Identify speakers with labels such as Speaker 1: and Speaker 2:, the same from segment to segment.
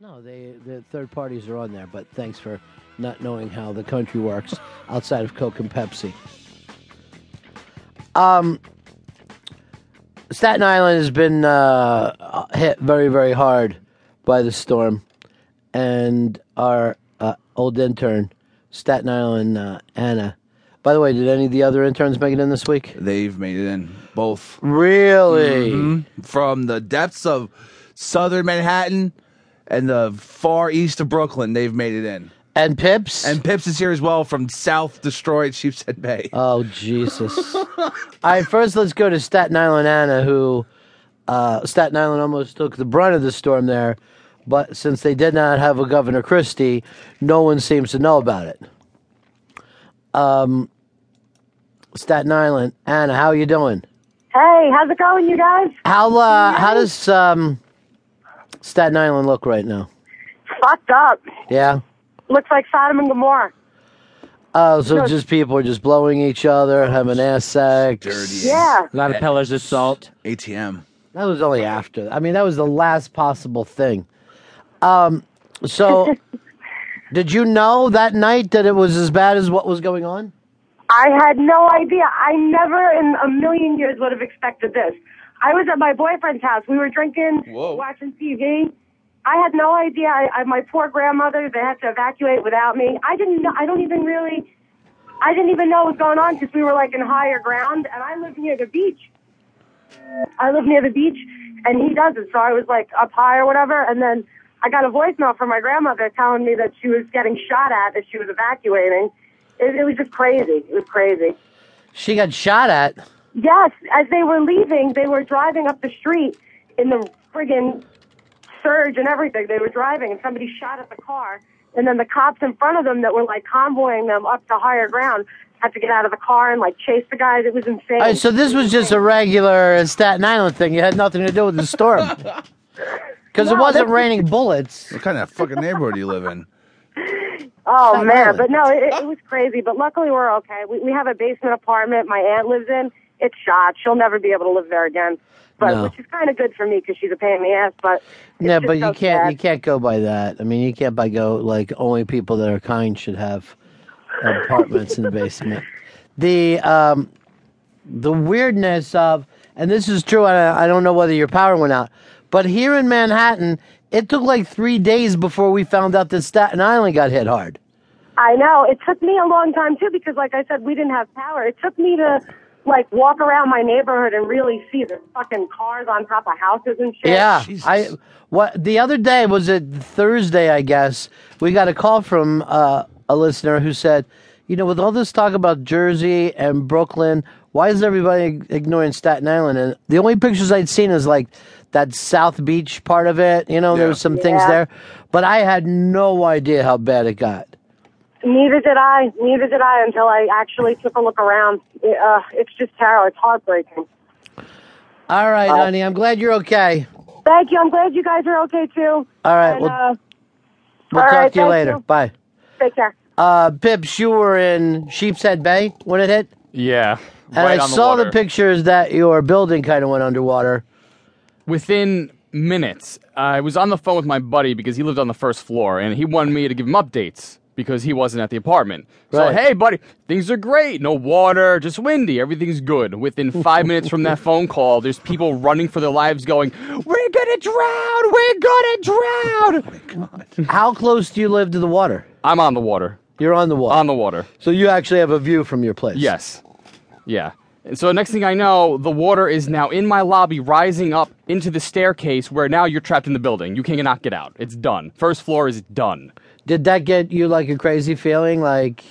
Speaker 1: No, they the third parties are on there, but thanks for not knowing how the country works outside of Coke and Pepsi. Um, Staten Island has been uh, hit very, very hard by the storm, and our uh, old intern, Staten Island uh, Anna. By the way, did any of the other interns make it in this week? Mm-hmm.
Speaker 2: They've made it in both Mm-hmm.
Speaker 1: Really?
Speaker 2: from the depths of southern Manhattan and the far east of Brooklyn. They've made it in.
Speaker 1: And Pips?
Speaker 2: And Pips is here as well from South Destroyed Sheepshead Bay.
Speaker 1: Oh Jesus! All right, first let's go to Staten Island Anna, who uh, Staten Island almost took the brunt of the storm there, but since they did not have a Governor Christie, no one seems to know about it. Um, Staten Island Anna, how you doing?
Speaker 3: Hey, how's it going, you guys?
Speaker 1: How uh, how does um, Staten Island look right now?
Speaker 3: Fucked up.
Speaker 1: Yeah.
Speaker 3: Looks like Sodom and Gomorrah.
Speaker 1: Oh, so just people are just blowing each other, having ass sex.
Speaker 2: Dirty
Speaker 3: Yeah.
Speaker 4: A lot of Peller's assault.
Speaker 2: ATM.
Speaker 1: That was only after. I mean, that was the last possible thing. Um, so, did you know that night that it was as bad as what was going on?
Speaker 3: I had no idea. I never in a million years would have expected this. I was at my boyfriend's house. We were drinking,
Speaker 2: Whoa.
Speaker 3: watching TV. I had no idea. I, I, my poor grandmother, they had to evacuate without me. I didn't know. I don't even really, I didn't even know what was going on because we were like in higher ground and I live near the beach. I live near the beach and he doesn't. So I was like up high or whatever. And then I got a voicemail from my grandmother telling me that she was getting shot at, that she was evacuating. It, it was just crazy. It was crazy.
Speaker 1: She got shot at.
Speaker 3: Yes, as they were leaving, they were driving up the street in the friggin' surge and everything. They were driving, and somebody shot at the car. And then the cops in front of them that were like convoying them up to higher ground had to get out of the car and like chase the guys. It was insane.
Speaker 1: All right, so this was just a regular Staten Island thing. It had nothing to do with the storm. Because it
Speaker 3: No,
Speaker 1: wasn't
Speaker 3: this-
Speaker 1: raining bullets.
Speaker 2: What kind of fucking neighborhood do you live in?
Speaker 3: oh
Speaker 1: Staten
Speaker 3: man,
Speaker 1: Island.
Speaker 3: but no, it, it was crazy. But luckily, we're okay. We, we have a basement apartment my aunt lives in. It's shot. She'll never be able to live there again. But
Speaker 1: No.
Speaker 3: which is kind of good for me because she's a pain in the ass. But it's
Speaker 1: yeah,
Speaker 3: just
Speaker 1: but
Speaker 3: so
Speaker 1: you can't
Speaker 3: sad.
Speaker 1: you can't go by that. I mean, you can't by go like only people that are kind should have apartments in the basement. The um, the weirdness of, and this is true. and I, I don't know whether your power went out, but here in Manhattan, it took like three days before we found out that Staten Island got hit hard.
Speaker 3: I know. It took me a long time too because like I said, we didn't have power. It took me to like walk around my neighborhood and really see the fucking cars on top of houses and shit.
Speaker 1: Yeah,
Speaker 2: Jesus.
Speaker 1: I what the other day was it Thursday? I guess we got a call from uh, a listener who said, "You know, with all this talk about Jersey and Brooklyn, why is everybody ignoring Staten Island?" And the only pictures I'd seen is like that South Beach part of it. You know, there
Speaker 2: Yeah.
Speaker 1: was some things
Speaker 3: Yeah.
Speaker 1: there, but I had no idea how bad it got.
Speaker 3: Neither did I. Neither did I until I actually took a look around. It, uh, it's just terrible. It's heartbreaking.
Speaker 1: All right,
Speaker 3: Uh,
Speaker 1: honey, I'm glad you're okay.
Speaker 3: Thank you. I'm glad you guys are okay too.
Speaker 1: All right,
Speaker 3: And,
Speaker 1: we'll,
Speaker 3: uh,
Speaker 1: we'll
Speaker 3: all
Speaker 1: talk
Speaker 3: right,
Speaker 1: to you
Speaker 3: thank
Speaker 1: later.
Speaker 3: you.
Speaker 1: Bye.
Speaker 3: take care.
Speaker 1: Uh, Pips, you were in Sheepshead Bay when it hit.
Speaker 4: Yeah.
Speaker 1: And I saw the, pictures that your building kind of went underwater.
Speaker 4: Within minutes, I was on the phone with my buddy because he lived on the first floor, and he wanted me to give him updates because he wasn't at the apartment.
Speaker 1: Right.
Speaker 4: So, hey, buddy, things are great. No water, just windy. Everything's good. Within five minutes from that phone call, there's people running for their lives going, We're gonna drown! We're gonna drown!
Speaker 1: How close do you live to the water?
Speaker 4: I'm on the water.
Speaker 1: You're on the water.
Speaker 4: On the water.
Speaker 1: so you actually have a view from your place.
Speaker 4: Um, Yes. Yeah. And so next thing I know, the water is now in my lobby, rising up into the staircase where now you're trapped in the building. You cannot get out. It's done. First floor is done.
Speaker 1: Did that get you like a crazy feeling? Like,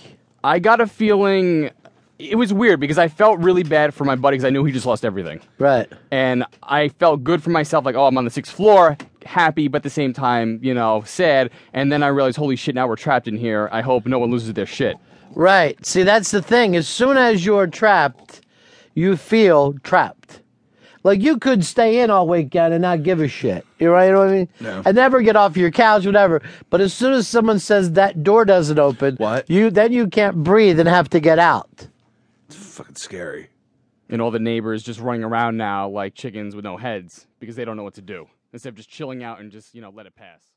Speaker 4: I got a feeling it was weird because I felt really bad for my buddy because I knew he just lost everything.
Speaker 1: right.
Speaker 4: And I felt good for myself, like, oh, I'm on the sixth floor, happy, but at the same time, you know, sad. And then I realized, holy shit, now we're trapped in here. I hope no one loses their shit.
Speaker 1: Right. See, that's the thing. As soon as you're trapped, you feel trapped. Like you could stay in all weekend and not give a shit. You right? You know what I mean?
Speaker 2: No.
Speaker 1: And never get off your couch, whatever. But as soon as someone says that door doesn't open,
Speaker 2: What?
Speaker 1: you then you can't breathe and have to get out.
Speaker 2: Fucking scary.
Speaker 4: and all the neighbors just running around now like chickens with no heads because they don't know what to do instead of just chilling out and just you know let it pass